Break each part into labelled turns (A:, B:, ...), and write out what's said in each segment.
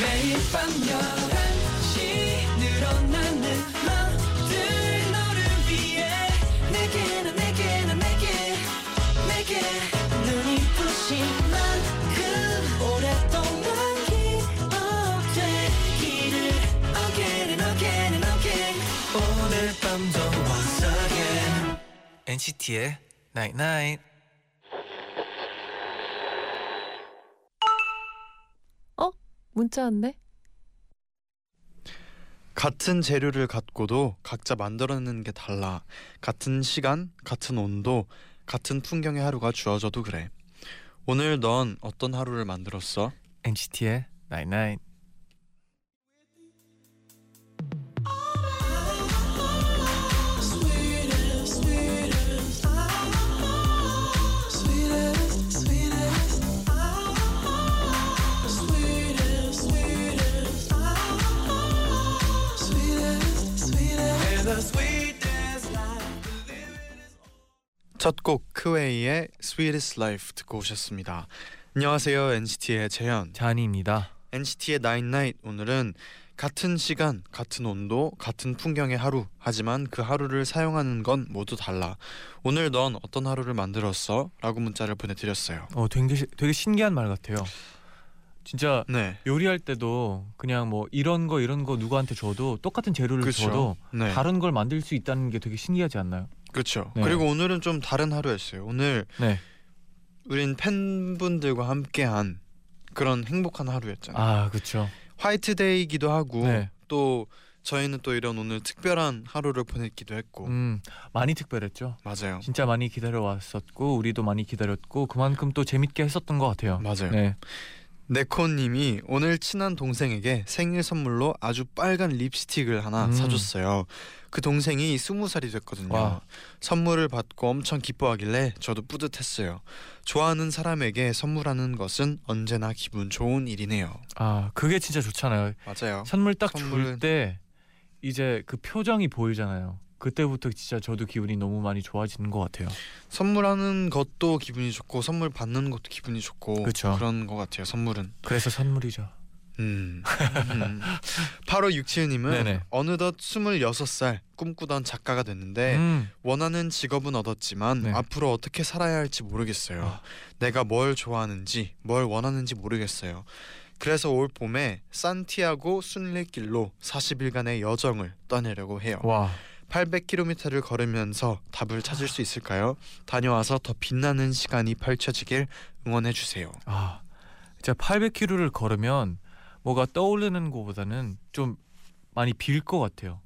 A: 매일 밤 11시 늘어나는 맘들 너를 위해 내게 난 내게 난 내게 내게 눈이 부신 만큼 오랫동안 기억되기를 Again and again and again 오늘 밤도 once again
B: NCT의 Night Night.
C: 문자 왔네.
D: 같은 재료를 갖고도 각자 만들어내는 게 달라. 같은 시간, 같은 온도, 같은 풍경의 하루가 주어져도 그래. 오늘 넌 어떤 하루를 만들었어?
B: NCT의 Night Night.
D: 첫 곡 크웨이의 Sweetest Life 듣고 오셨습니다. 안녕하세요 NCT의 재현.
B: 잔입니다.
D: NCT의 나인나잇 오늘은 같은 시간, 같은 온도, 같은 풍경의 하루 하지만 그 하루를 사용하는 건 모두 달라 오늘 넌 어떤 하루를 만들었어? 라고 문자를 보내드렸어요
B: 어, 되게 시- 되게 신기한 말 같아요. 진짜
D: 네,
B: 요리할 때도 그냥 뭐 이런 거 이런 거 누구한테 줘도 똑같은 재료를
D: 그쵸.
B: 줘도
D: 네
B: 다른 걸 만들 수 있다는 게 되게 신기하지 않나요?
D: 그렇죠
B: 네.
D: 그리고 오늘은 좀 다른 하루였어요 오늘
B: 네.
D: 우린 팬분들과 함께한 그런 행복한 하루였잖아요
B: 아, 그렇죠.
D: 화이트데이이기도 하고
B: 네.
D: 또 저희는 또 이런 오늘 특별한 하루를 보냈기도 했고
B: 음, 많이 특별했죠.
D: 맞아요
B: 진짜 많이 기다려 왔었고 우리도 많이 기다렸고 그만큼 또 재밌게 했었던 것 같아요.
D: 맞아요
B: 네.
D: 네코님이 오늘 친한 동생에게 생일 선물로 아주 빨간 립스틱을 하나
B: 음.
D: 사줬어요. 그 동생이 스무 살이 됐거든요.
B: 와.
D: 선물을 받고 엄청 기뻐하길래 저도 뿌듯했어요. 좋아하는 사람에게 선물하는 것은 언제나 기분 좋은 일이네요.
B: 아, 그게 진짜 좋잖아요.
D: 맞아요.
B: 선물 딱 줄 때
D: 그러니까. 선물은-
B: 이제 그 표정이 보이잖아요. 그때부터 진짜 저도 기분이 너무 많이 좋아지는 것 같아요.
D: 선물하는 것도 기분이 좋고 선물 받는 것도 기분이 좋고
B: 그쵸.
D: 그런 것 같아요. 선물은.
B: 그래서 선물이죠.
D: 음. 음. 8호 육치은님은
B: 네네.
D: 어느덧 26살 꿈꾸던 작가가 됐는데
B: 음,
D: 원하는 직업은 얻었지만
B: 네.
D: 앞으로 어떻게 살아야 할지 모르겠어요.
B: 아.
D: 내가 뭘 좋아하는지, 뭘 원하는지 모르겠어요. 그래서 올 봄에 산티아고 순례길로 40일간의 여정을 떠내려고 해요.
B: 와,
D: 800km를 걸으면서 답을 찾을 수 있을까요? 다녀와서 더 빛나는 시간이 펼쳐지길 응원해 주세요.
B: 아, 진짜 800km를 걸으면 뭐가 떠오르는 것보다는 좀 많이 빌 것 같아요.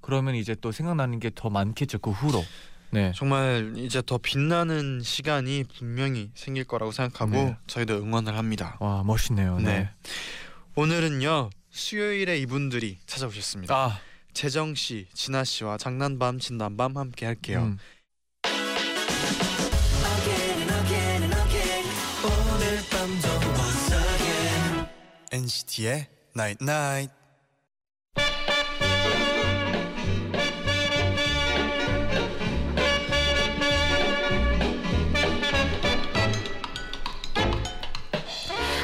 B: 그러면 이제 또 생각나는 게 더 많겠죠 그 후로. 네.
D: 정말 이제 더 빛나는 시간이 분명히 생길 거라고 생각하고
B: 네.
D: 저희도 응원을 합니다.
B: 와 멋있네요.
D: 네. 오늘은요 수요일에 이분들이 찾아오셨습니다.
B: 아,
D: 재정 씨, 진아 씨와 장난밤 진단밤 함께 할게요.
B: 음.
A: Again and again and again 오늘 밤도 once again
D: NCT의 Night Night.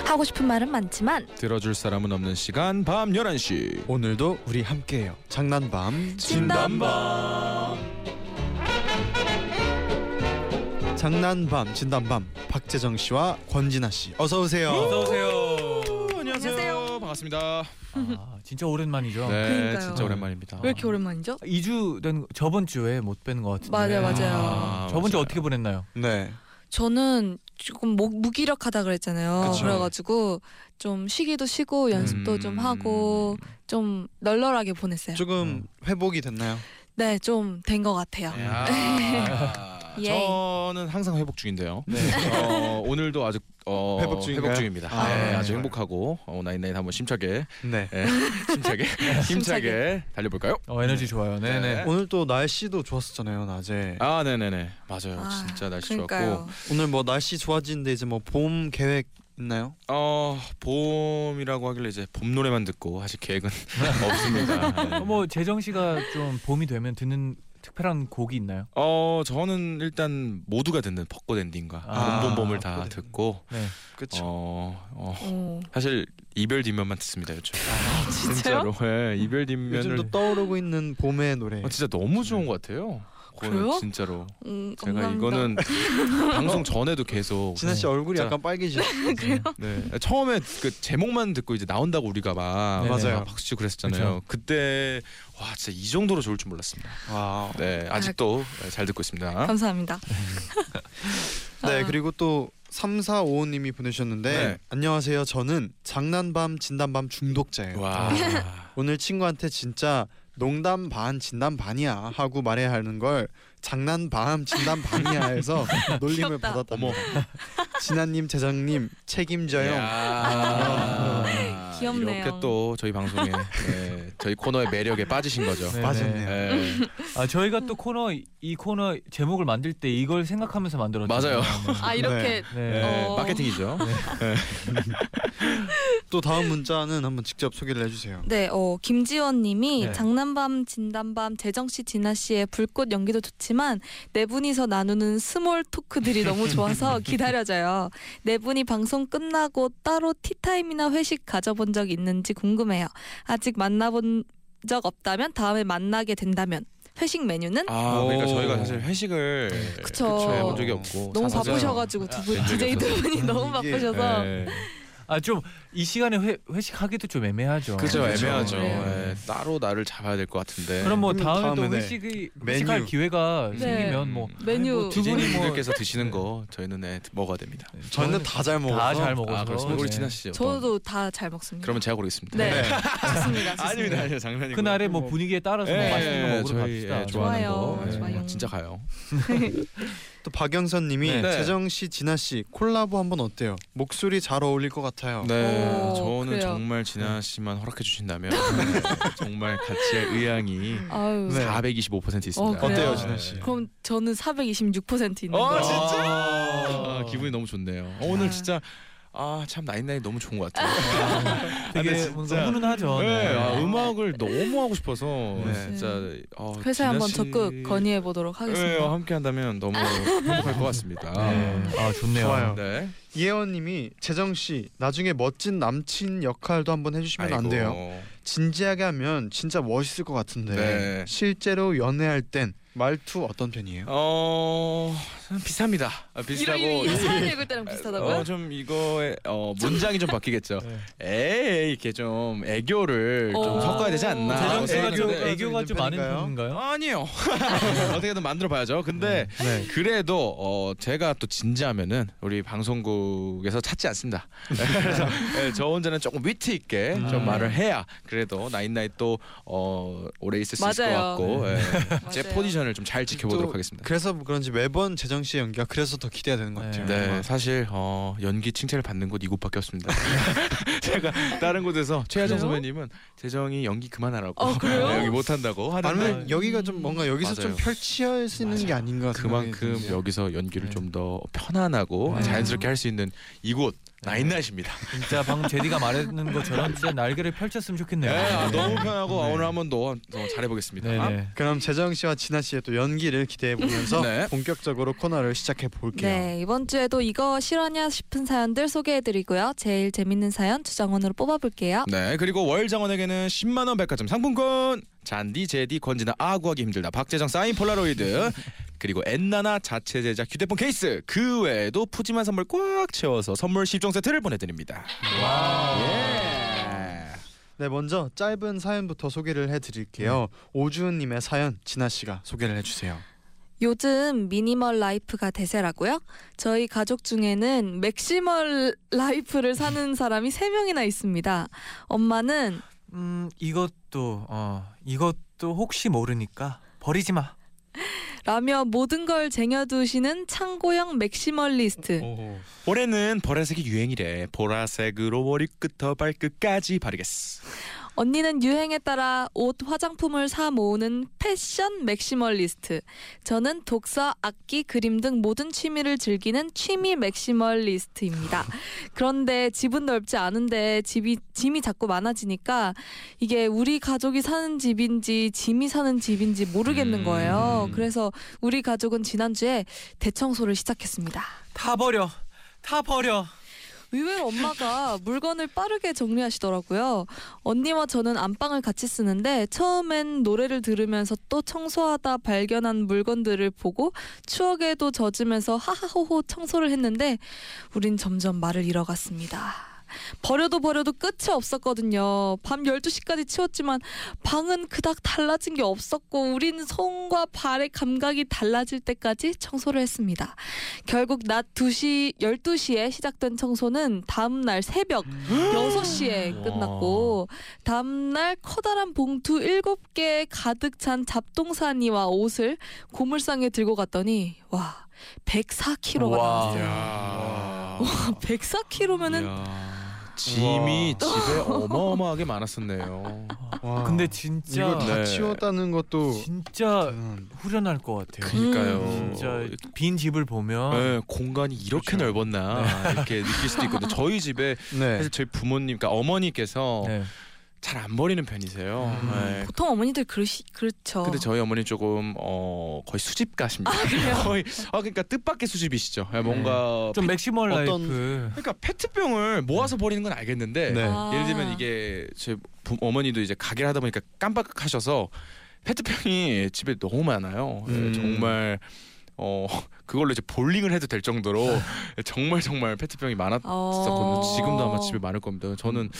E: 하고 싶은 말은 많지만
F: 들어줄 사람은 없는 시간 밤 11시
D: 오늘도 우리 함께해요. 장난밤 장난밤 진단밤 박재정 씨와 권진아 씨 어서 오세요.
F: 오세요
E: 안녕하세요. 어,
F: 반갑습니다
B: 아, 진짜 오랜만이죠.
F: 네
E: 그러니까요. 네.
F: 진짜 오랜만입니다
E: 왜 이렇게 오랜만이죠?
B: 2주 된 저번 주에 못 뵌 것 같은데.
E: 맞아요, 맞아요.
F: 아,
B: 저번 주
F: 맞아요.
B: 어떻게 보냈나요?
D: 네.
E: 저는 조금 목, 무기력하다 그랬잖아요.
D: 그쵸.
E: 그래가지고좀 쉬기도 쉬고
F: 음.
E: 연습도 좀 하고 좀 널널하게 보냈어요.
F: 음.
D: 조금 회복이 됐나요?
E: 네, 좀 된 것 같아요.
F: 야.
E: 예. 네.
F: 저는 항상 회복 중인데요 어, 오늘도 아직 어,
D: 회복 중인가요?
F: 입니다
D: 아,
F: 네,
D: 네.
F: 아주 행복하고 어, 나인나인 한번 심차게
D: 네.
F: 예, 심차게 힘차게
E: 힘차게.
F: 달려볼까요?
B: 어, 에너지 좋아요. 네, 네.
F: 네.
D: 오늘 또 날씨도 좋았었잖아요 낮에.
F: 아 네네네 맞아요
E: 아,
F: 진짜 날씨 좋았고
E: 그러니까요.
D: 오늘 뭐 날씨 좋아지는데 이제 뭐 봄 계획 있나요?
F: 어 봄이라고 하길래 이제 봄
B: 뭐
F: 노래만 듣고 아직 계획은 없습니다. 네.
B: 어, 뭐 재정 씨가 좀 봄이 되면 듣는 특별한 곡이 있나요?
F: 어 저는 일단 모두가 듣는 벚꽃 엔딩과
B: 아,
F: 봄봄봄을 다
D: 벚꽃 엔딩.
F: 듣고
B: 네.
D: 그쵸.
F: 어, 어
E: 어.
F: 사실 이별 뒷면만 듣습니다 요즘. 진짜로? 예, 이별 뒷면을
D: 요즘도 떠오르고 있는 봄의 노래.
F: 아, 진짜 너무 좋은 것 같아요. 그거는
E: 그래요?
F: 진짜로
E: 음,
F: 제가
E: 감사합니다.
F: 이거는 방송 전에도 계속
D: 진아 씨 얼굴이
F: 진짜.
D: 약간 빨개지. 그래요?
F: 네. 처음에 그 제목만 듣고 이제 나온다고 우리가 막
B: 네네.
D: 맞아요.
F: 막 박수 치고 그랬었잖아요. 그때와 진짜 이 정도로 좋을 줄 몰랐습니다.
D: 와.
F: 네 아직도 네, 잘 듣고 있습니다.
E: 감사합니다.
D: 네
E: 아.
D: 그리고 또 3455님이 보내주셨는데
F: 네.
D: 안녕하세요 저는 장난밤 진단밤 중독자예요 아,
F: 와
D: 오늘 친구한테 진짜 농담 반 진담 반이야 하고 말해야 하는 걸 장난밤 진담 반이야 해서 놀림을
E: 귀엽다.
D: 받았다 어머 진아님 재장님 책임져요
F: 야.
E: 귀엽네요.
F: 이렇게 또 저희 방송에 네, 저희 코너의 매력에 빠지신 거죠.
B: 네.
D: 빠졌네요
F: 네.
B: 아 저희가 또 코너 이 코너 제목을 만들 때 이걸 생각하면서 만들었잖아요.
E: 아 이렇게
B: 네. 네.
F: 네,
E: 어.
F: 마케팅이죠.
D: 또 다음 문자는 한번 직접 소개를 해주세요
E: 네, 어, 김지원님이
B: 네.
E: 장난밤, 진단밤, 재정 씨, 진아 씨의 불꽃 연기도 좋지만 네 분이서 나누는 스몰 토크들이 너무 좋아서 기다려져요. 네 분이 방송 끝나고 따로 티타임이나 회식 가져본 적 있는지 궁금해요. 아직 만나본 적 없다면 다음에 만나게 된다면 회식 메뉴는
F: 아 그러니까
D: 오.
F: 저희가 사실 회식을
E: 그쵸.
F: 네, 해본 적이 없고
E: 너무
F: 사실은-
E: 바쁘셔가지고 두 분,
F: 아,
E: DJ 두 분이 너무
D: 이게-
E: 바쁘셔서
F: 네.
B: 아좀 이 시간에 회, 회식하기도 좀 애매하죠. 네.
F: 그죠 애매하죠.
E: 그래요.
F: 예, 따로 나를 잡아야 될 것 같은데.
B: 그럼 뭐
D: 그럼
B: 다음에,
D: 다음에
B: 또
D: 네.
B: 회식이
D: 메뉴.
B: 회식할 기회가
E: 네.
B: 생기면 뭐
E: 메뉴
B: 두 분이 뭐-
F: 분께서 드시는 거 저희는 네, 먹어야 됩니다.
B: 음.
D: 저희는 다 잘 먹어서
B: 다 잘 먹어서
F: 아 그렇습니다. 우리 진아 씨. 어떤-
E: 저도 다 잘 먹습니다.
F: 그러면 제가 고르겠습니다.
E: 네,
D: 네.
E: 좋습니다. 좋습니다.
F: 아니요 네. 장난이고.
B: 그날의 뭐 분위기에 따라서 뭐 맛있는 거 먹으러 갑시다.
F: 네,
E: 좋아요.
B: 네.
E: 좋아요.
F: 진짜 가요.
D: 또 박영선님이
F: 네.
D: 재정씨 진아씨 콜라보 한번 어때요? 목소리 잘 어울릴 네. 것 같아요
F: 네,
E: 오,
F: 저는
E: 그래요.
F: 정말 진아 씨만 허락해 주신다면 네, 정말 같이의 의향이
E: 아유.
D: 네.
F: 425% 있습니다.
E: 어, 그래요?
D: 어때요, 진아 씨?
E: 그럼 저는 426% 있는
F: 네. 어
B: 아,
E: 거예요.
F: 진짜?
D: 어.
F: 아, 기분이 너무 좋네요. 어, 오늘 진짜 아참 나이 나이 너무 좋은 것 같아요.
B: 되게
F: 근데
B: 뭔가
F: 진짜-
B: 훈훈하죠.
F: 네,
B: 네.
F: 아, 음악을 너무 하고 싶어서
D: 네.
F: 진짜 어,
E: 회사에 한번
F: 진아 씨-
E: 적극 아. 건의해 보도록
F: 네,
E: 하겠습니다.
F: 함께한다면 너무 행복할 것 같습니다.
B: 네. 아 좋네요.
D: 좋아요.
F: 네.
D: 이혜원님이 재정씨 나중에 멋진 남친 역할도 한번 해주시면 안 돼요 진지하게 하면 진짜 멋있을 것 같은데
F: 네.
D: 실제로 연애할 땐 말투 어떤 편이에요?
F: 어 비슷합니다. 아,
E: 이런
F: 비슷하고
E: 이 사연 읽을 때랑 비슷하다고요?
F: 어, 좀 이거의 어, 문장이 좀 바뀌겠죠.
B: 네.
F: 에이 이렇게 좀 애교를
E: 어.
F: 좀 섞어야 되지 않나.
B: 네. 재정 씨가
D: 애교가
B: 좀
D: 좀
F: 생각했는데
B: 애교가 좀
D: 있는
B: 많은
D: 편인가요?
B: 편인가요?
F: 아니요. 어떻게든 만들어 봐야죠.
E: 네.
F: 근데
B: 네.
F: 그래도 어, 제가 또 진지하면은 우리 방송국에서 찾지 않습니다. 그래서 예, 저 혼자는 조금 위트 있게
B: 음.
F: 좀 말을 해야 그래도 나인나이 또 어, 오래 있을 수 있을 것
E: 맞아요. 네.
F: 같고 예, 제
E: 맞아요.
F: 포지션을 좀 잘 지켜보도록
D: 또
F: 하겠습니다.
D: 그래서 그런지 매번 재정 씨의 연기가 그래서 더 기대가 되는 것
B: 네.
D: 같아요.
F: 네,
D: 정말.
F: 사실 어, 연기 칭찬을 받는 곳 이곳밖에 없습니다. 제가 다른 곳에서 최하정
E: 그래요?
F: 선배님은 재정이 연기 그만하라고
E: 어, 그래요?
F: 네, 여기 못한다고 하는데
D: 아니면 여기가 좀 뭔가 여기서
F: 맞아요.
D: 좀 펼치어 있는 게 아닌가 생각이
F: 그만큼
D: 드는데요.
F: 여기서 연기를
B: 네.
F: 좀 더 편안하고
B: 네.
F: 자연스럽게 할 수 있는 이곳 나인나십니다.
B: 진짜 방금 제디가 말했는 것처럼 진짜 날개를 펼쳤으면
F: 네,
B: 좋겠네요.
F: 아, 너무 편하고
D: 네.
F: 오늘 한번 더, 더 잘해보겠습니다.
B: 네네.
D: 그럼 재정 씨와 진아 씨의 또 연기를 기대해 보면서
F: 네.
D: 본격적으로 코너를 시작해 볼게요.
E: 네, 이번 주에도 이거 실화냐 싶은 사연들 소개해 드리고요. 제일 재밌는 사연 주장원으로 뽑아 볼게요.
F: 네 그리고 월장원에게는 10만 원 백화점 상품권 잔디 제디 권지나 아 구하기 힘들다 박재정 사인 폴라로이드 그리고 엔나나 자체 제작 휴대폰 케이스 그 외에도 푸짐한 선물 꽉 채워서 선물 10종 세트를 보내드립니다 예.
D: 네, 먼저 짧은 사연부터 소개를 해 드릴게요. 오주은 님의 사연 진아 씨가 소개를 해 주세요.
E: 요즘 미니멀 라이프가 대세라고요? 저희 가족 중에는 맥시멀 라이프를 사는 사람이 세명이나 있습니다. 엄마는
B: 음 이것도 어 이것도 혹시 모르니까 버리지 마.
E: 라며 모든 걸 쟁여두시는 창고형 맥시멀리스트.
F: 올해는 보라색이 유행이래 보라색으로 머리끝부터 발끝까지 바르겠어
E: 언니는 유행에 따라 옷 화장품을 사 모으는 패션 맥시멀리스트. 저는 독서, 악기, 그림 등 모든 취미를 즐기는 취미 맥시멀리스트입니다. 그런데 집은 넓지 않은데 집이 짐이 자꾸 많아지니까 이게 우리 가족이 사는 집인지 짐이 사는 집인지 모르겠는 거예요.
F: 음.
E: 그래서 우리 가족은 지난주에 대청소를 시작했습니다.
B: 다 버려. 다 버려.
E: 의외로 엄마가 물건을 빠르게 정리하시더라고요. 언니와 저는 안방을 같이 쓰는데 처음엔 노래를 들으면서 또 청소하다 발견한 물건들을 보고 추억에도 젖으면서 하하호호 청소를 했는데 우린 점점 말을 잃어갔습니다. 버려도 버려도 끝이 없었거든요. 밤 12시까지 치웠지만 방은 그닥 달라진 게 없었고 우린 손과 발의 감각이 달라질 때까지 청소를 했습니다. 결국 낮 2시, 12시에 시작된 청소는 다음날 새벽 6시에 끝났고 다음날 커다란 봉투 7개 가득 찬 잡동사니와 옷을 고물상에 들고 갔더니 와 104kg가 나왔어요.
B: 아.
F: 이야.
E: 104kg면은
F: 이야. 짐이 집에 어마어마하게 많았었네요.
D: 와,
B: 근데 진짜
D: 이걸 다
F: 네.
D: 치웠다는 것도 음,
B: 진짜
D: 대단한-
B: 후련할 것 같아요.
F: 그러니까요.
B: 진짜 빈 집을 보면
F: 네, 공간이 이렇게
D: 아. 그렇죠.
F: 넓었나 이렇게 느낄 수도 있거든요. 저희 집에
D: 네.
F: 사실 저희 부모님, 그러니까 어머니께서
B: 네.
F: 잘 안 버리는 편이세요.
B: 음.
F: 네.
D: 그렇죠.
E: 보통 어머니들 그러시, 그렇죠.
F: 근데 저희 어머니 조금 어 거의 수집가십니다. 거의 아 그러니까 뜻밖의 수집이시죠. 예,
D: 네.
F: 뭔가
B: 좀 맥시멀
D: 어떤-
B: 라이프.
F: 그러니까 페트병을 모아서 버리는 건 알겠는데
D: 네.
E: 아.
F: 예를 들면 이게 제 부- 어머니도 이제 가게를 하다 보니까 깜빡하셔서 페트병이 집에 너무 많아요. 예,
D: 음.
F: 정말 어 그걸로 이제 볼링을 해도 될 정도로 정말 정말 페트병이 많았.
E: 어.
F: 었거든요 지금도 아마 집에 많을 겁니다. 저는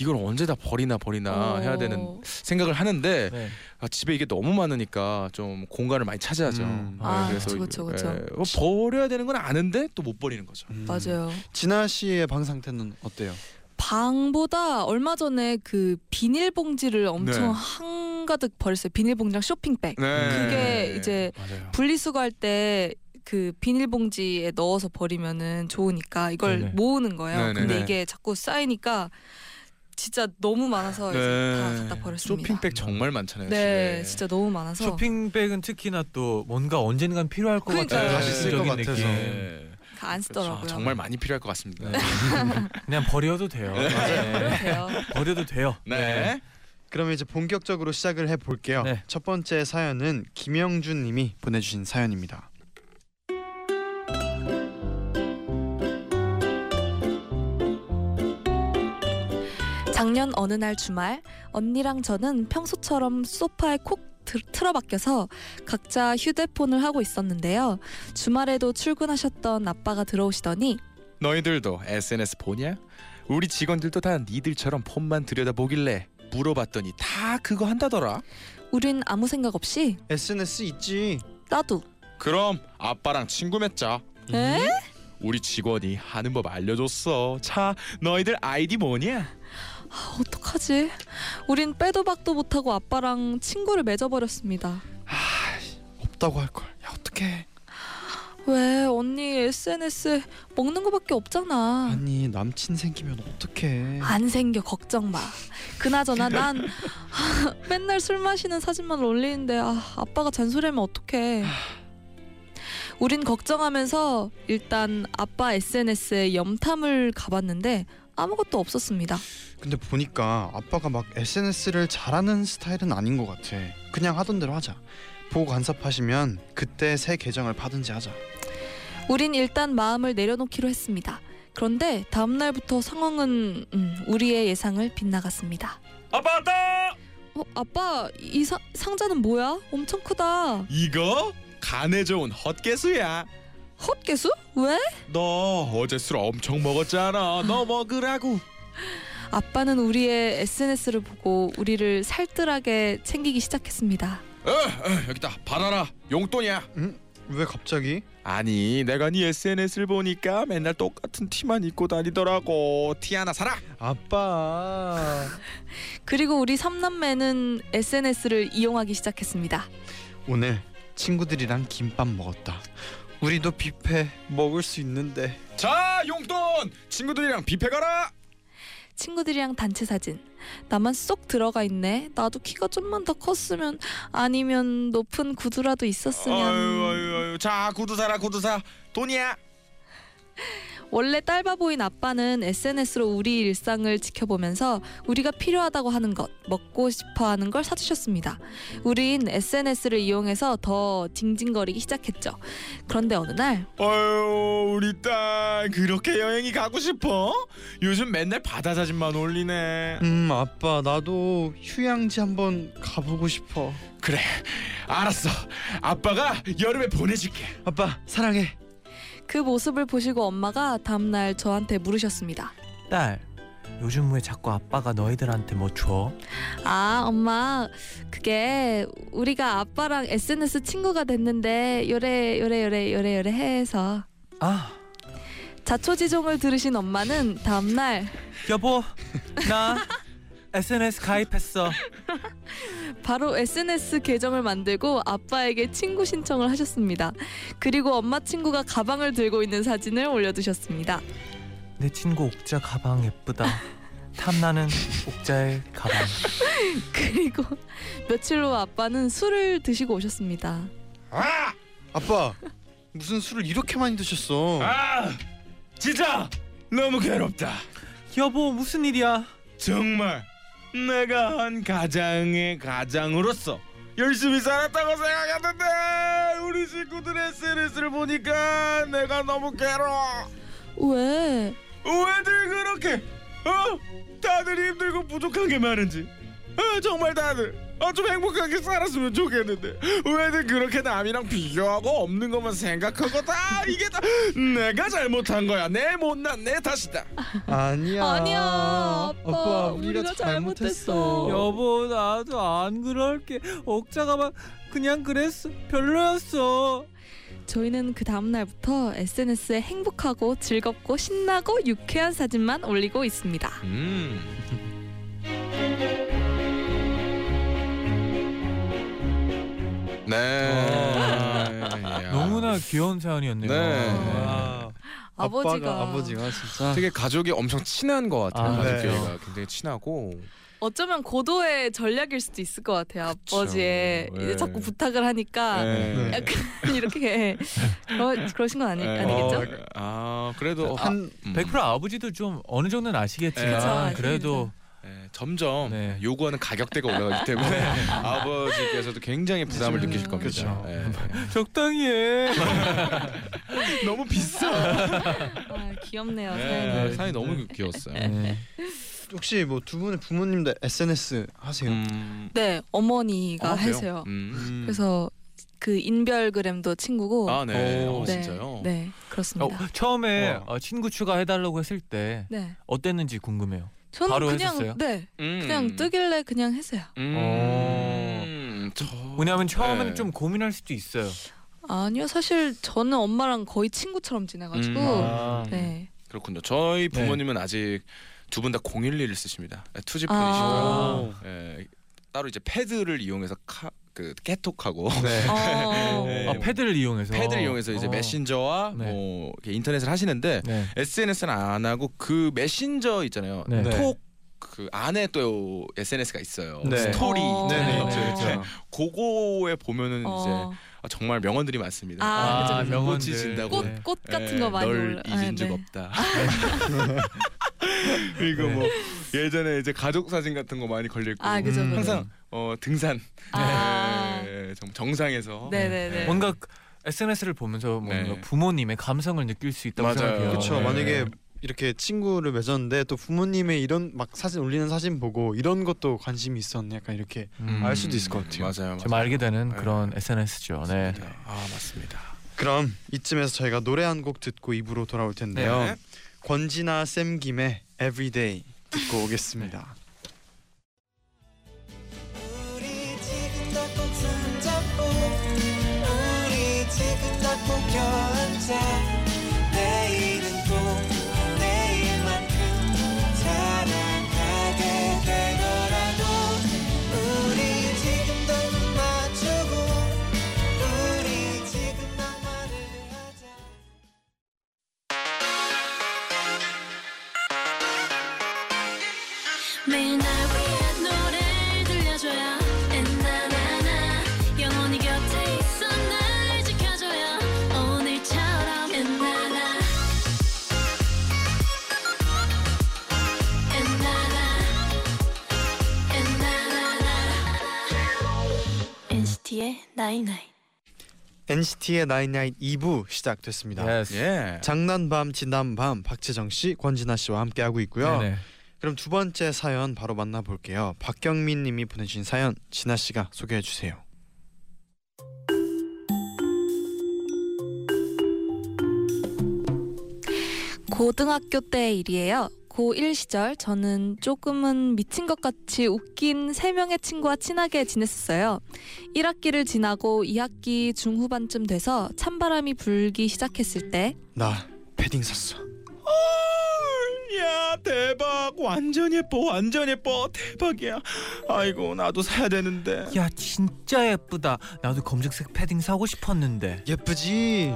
F: 이걸 언제 다 버리나 버리나 해야 되는
E: 어.
F: 생각을 하는데
B: 네.
F: 아, 집에 이게 너무 많으니까 좀 공간을 많이 차지하죠.
D: 음.
F: 네,
E: 아, 그쵸, 그쵸,
F: 이게,
E: 그쵸.
F: 예, 뭐 버려야 되는 건 아는데 또 못 버리는 거죠.
D: 음.
E: 맞아요.
D: 진아 씨의 방 상태는 어때요?
E: 방보다 얼마 전에 그 비닐봉지를 엄청
F: 네.
E: 한가득 버렸어요. 비닐봉지랑 쇼핑백. 네.
F: 음.
E: 그게 이제
F: 맞아요.
E: 분리수거할 때 그 비닐봉지에 넣어서 버리면은 좋으니까 이걸
B: 네네.
E: 모으는 거예요.
F: 네네.
E: 근데
D: 네.
E: 이게 자꾸 쌓이니까 진짜 너무 많아서 이제 다 갖다 버렸습니다.
F: 네. 쇼핑백 정말 많잖아요.
E: 네,
F: 집에.
E: 진짜 너무 많아서.
B: 쇼핑백은 특히나 또 뭔가 언젠간 필요할 것 같은
E: 그러니까요.
D: 다시 쓸것
B: 가시적인
D: 같아서.
B: 느낌.
F: 네.
E: 네. 안 쓰더라고요.
F: 아, 정말 많이 필요할 것 같습니다.
B: 네. 그냥 버려도 돼요. 네.
E: 그래요.
B: 버려도 돼요.
F: 네.
D: 그러면 이제 본격적으로 시작을 해 볼게요.
B: 네.
D: 첫 번째 사연은 김영준 님이 보내 주신 사연입니다.
E: 작년 어느 날 주말 언니랑 저는 평소처럼 소파에 콕 들- 틀어박혀서 각자 휴대폰을 하고 있었는데요. 주말에도 출근하셨던 아빠가 들어오시더니
F: 너희들도 SNS 보냐? 우리 직원들도 다 니들처럼 폰만 들여다보길래 물어봤더니 다 그거 한다더라.
E: 우린 아무 생각 없이
D: SNS 있지.
E: 나도
F: 그럼 아빠랑 친구 맺자.
E: 에?
F: 우리 직원이 하는 법 알려줬어. 자, 너희들 아이디 뭐냐?
E: 아, 어떡하지? 우린 빼도 박도 못하고 아빠랑 친구를 맺어버렸습니다.
D: 없다고 할 걸. 야, 어떡해.
E: 왜 언니 SNS 먹는 거밖에 없잖아.
D: 아니, 남친 생기면 어떡해.
E: 안 생겨 걱정 마. 그나저나 난 맨날 술 마시는 사진만 올리는데 아, 아빠가 잔소리하면 어떡해. 우린 걱정하면서 일단 아빠 SNS에 염탐을 가봤는데 아무것도 없었습니다.
D: 근데 보니까 아빠가 막 SNS를 잘하는 스타일은 아닌 것 같아. 그냥 하던 대로 하자. 보고 간섭하시면 그때 새 계정을 파든지 하자.
E: 우린 일단 마음을 내려놓기로 했습니다. 그런데 다음 날부터 상황은 음, 우리의 예상을 빗나갔습니다.
F: 아빠 왔다.
E: 어, 아빠 이 사- 상자는 뭐야? 엄청 크다.
F: 이거 간에 좋은 헛개수야.
E: 헛개수? 왜?
F: 너 어제 술 엄청 먹었잖아. 너 먹으라고.
E: 아빠는 우리의 SNS를 보고 우리를 살뜰하게 챙기기 시작했습니다.
F: 어, 여기다 받아라. 용돈이야.
D: 왜 갑자기?
F: 아니, 내가 네 SNS를 보니까 맨날 똑같은 티만 입고 다니더라고. 티 하나 사라.
D: 아빠.
E: 그리고 우리 삼남매는 SNS를 이용하기 시작했습니다.
D: 오늘 친구들이랑 김밥 먹었다. 우리도 뷔페 먹을 수 있는데.
F: 자, 용돈. 친구들이랑 뷔페 가라.
E: 친구들이랑 단체 사진. 나만 쏙 들어가 있네. 나도 키가 좀만 더 컸으면 아니면 높은 구두라도 있었으면.
F: 아유 아유 아유 자 구두 사라 구두 사 돈이야
E: 원래 딸바보인 아빠는 SNS로 우리 일상을 지켜보면서 우리가 필요하다고 하는 것, 먹고 싶어 하는 걸 사주셨습니다. 우린 SNS를 이용해서 더 징징거리기 시작했죠. 그런데 어느 날,
F: 아유 우리 딸 그렇게 여행이 가고 싶어? 요즘 맨날 바다 사진만 올리네
D: 음 아빠 나도 휴양지 한번 가보고 싶어.
F: 그래 알았어 아빠가 여름에 보내줄게
D: 아빠 사랑해.
E: 그 모습을 보시고 엄마가 다음날 저한테 물으셨습니다.
B: 딸 요즘 왜 자꾸 아빠가 너희들한테 뭐 줘?
E: 아, 엄마, 그게 우리가 아빠랑 SNS 친구가 됐는데, 요래, 요래, 요래, 요래, 요래 해서.
B: 아
E: 자초지종을 들으신 엄마는 다음날
B: 여보 나 SNS 가입했어
E: 바로 SNS 계정을 만들고 아빠에게 친구 신청을 하셨습니다. 그리고 엄마 친구가 가방을 들고 있는 사진을 올려두셨습니다.
B: 내 친구 옥자 가방 예쁘다 탐나는 옥자의 가방
E: 그리고 며칠 후 아빠는 술을 드시고 오셨습니다.
F: 아!
D: 아빠 무슨 술을 이렇게 많이 드셨어?
F: 아 진짜 너무 괴롭다
B: 여보 무슨 일이야
F: 정말 내가 한 가장의 가장으로서 열심히 살았다고 생각했는데 우리 식구들의 SNS를 보니까 내가 너무 괴로워
E: 왜?
F: 왜들 그렇게 어? 다들 힘들고 부족한 게 많은지 어, 정말 다들 어, 좀 행복하게 살았으면 좋겠는데 왜들 그렇게 남이랑 비교하고 없는 것만 생각하고 다 이게 다 내가 잘못한 거야 내 못난 내 탓이다
D: 아니야.
E: 아니야, 아빠. 우리가 잘못했어.
B: 여보 나도 안 그럴게 옥자 가방 그냥 그랬어 별로였어
E: 저희는 그 다음날부터 SNS에 행복하고 즐겁고 신나고 유쾌한 사진만 올리고 있습니다.
F: 음. 네.
B: 아. 너무나 귀여운 사연이었네요 아.
F: 네.
B: 와.
E: 아버지가,
D: 아버지가 진짜
F: 되게 가족이 엄청 친한 것 같아요.
B: 아,
F: 가족끼리가 굉장히 친하고.
E: 어쩌면 고도의 전략일 수도 있을 것 같아요. 아버지의
F: 예.
E: 이제 자꾸 부탁을 하니까
D: 네.
E: 약간 이렇게 그러, 그러신 건 네, 아니, 아니겠죠? 음.
F: 어, 아 그래도
D: 한
B: 100% 아버지도 좀 어느 정도는 아시겠지만
E: 그쵸,
B: 그래도
F: 예, 점점
B: 네.
F: 요구하는 가격대가 올라가기 때문에 아버지께서도 굉장히 부담을 느끼실
E: 음,
F: 겁니다.
E: 그렇죠.
D: 그쵸.
F: 예.
B: 적당히 해
F: 너무 비싸.
E: 아, 귀엽네요. 사연이.
F: 예, 사이 너무 귀여웠어요.
B: 네.
D: 혹시 뭐 두 분의 부모님들 SNS 하세요?
F: 음,
E: 네, 어머니가
F: 아, 그래요?
E: 하세요.
F: 음.
D: 음.
E: 그래서 그 인별그램도 친구고.
F: 아 네.
D: 오.
F: 어,
E: 네,
F: 진짜요?
E: 네,
B: 어,
E: 그렇습니다.
B: 처음에
D: 우와.
B: 어, 친구 추가해달라고 했을 때
E: 네,
B: 어땠는지 궁금해요.
E: 저는
B: 바로
E: 그냥
B: 했었어요?
E: 네,
F: 음.
E: 그냥 뜨길래 그냥 했어요.
F: 음. 저...
B: 왜냐하면 처음에는
F: 네.
B: 좀 고민할 수도 있어요.
E: 아니요, 사실 저는 엄마랑 거의 친구처럼 지내가지고.
F: 음.
B: 아.
E: 네.
F: 그렇군요. 저희 부모님은 아직 두 분 다 011을 쓰십니다. 네, 투집
E: 아.
F: 분이시고요. 예, 따로 이제 패드를 이용해서 카, 그 깨톡하고
D: 네.
E: 어,
F: 네.
B: 아, 패드를 이용해서
F: 패드를 이용해서 이제
B: 어.
F: 메신저와
B: 네.
F: 뭐 이렇게 인터넷을 하시는데
B: 네.
F: SNS는 안 하고 그 메신저 있잖아요.
B: 네.
D: 네.
F: 톡 그 안에 또 SNS가 있어요.
D: 네.
F: 스토리
E: 어.
F: 있잖아요.
E: 네네,
D: 그쵸, 그쵸.
F: 그거에 보면은
E: 어.
F: 이제 아, 정말 명언들이 많습니다.
E: 아, 그쵸, 그쵸.
B: 명언들.
F: 꽂히신다고.
E: 꽃,
B: 네.
E: 꽃 같은
F: 예,
E: 거 많이
F: 널
E: 올라.
F: 잊은
E: 아,
F: 적
E: 네.
F: 없다. 그리고
B: 네.
F: 뭐 예전에 이제 가족 사진 같은 거 많이 걸려 있고
E: 아, 그죠,
B: 음,
E: 그죠.
F: 항상 어, 등산
E: 아.
F: 예, 정- 정상에서
E: 네네네.
B: 뭔가 SNS를 보면서 뭔가
F: 네. 부모님의
B: 부모님의 감성을 느낄 수 있다고
F: 맞아요.
B: 생각해요.
D: 그쵸
F: 네.
D: 만약에 이렇게 친구를 맺었는데 또 부모님의 이런 막 사진 올리는 사진 보고 이런 것도 관심이 있었네 약간 이렇게
B: 음,
D: 알 수도 있을 것 같아요.
F: 맞아요.
B: 좀 알게 되는
F: 네.
B: 그런 SNS죠.
D: 예.
B: 네.
F: 네. 아 맞습니다.
D: 그럼 이쯤에서 저희가 노래 한 곡 듣고 입으로 돌아올 텐데요
F: 네.
D: 권진아 쌤김의 Everyday 듣고 오겠습니다
A: 우리 지금 다 꼭 손잡고 우리 지금 다 꼭 껴안자 내일은 또 내일만큼 사랑하게 될 거라고 우리 지금 다 눈 맞추고 우리 지금 낭만을 하자
G: 매일 날 위한 노래를 들려줘요 엔나나나 영원히 곁에 있어 날 지켜줘요 오늘처럼 엔나나 엔나나 엔나나나 NCT의 나이나이
D: NCT의 나인나인 2부 시작됐습니다.
B: Yes.
F: 예.
D: 장난밤 진담밤 박재정 씨, 권진아 씨와 함께 하고 있고요.
B: 네네.
D: 그럼 두 번째 사연 바로 만나볼게요. 박경민 님이 보내주신 사연 진아 씨가 소개해 주세요.
E: 고등학교 때 일이에요. 고1 시절 저는 조금은 미친 것 같이 웃긴 세명의 친구와 친하게 지냈었어요. 1학기를 지나고 2학기 중후반쯤 돼서 찬바람이 불기 시작했을 때
D: 나 패딩 샀어.
F: 야 대박 완전 예뻐 완전 예뻐 대박이야 아이고 나도 사야 되는데
B: 야 진짜 예쁘다. 나도 검정색 패딩 사고 싶었는데.
D: 예쁘지?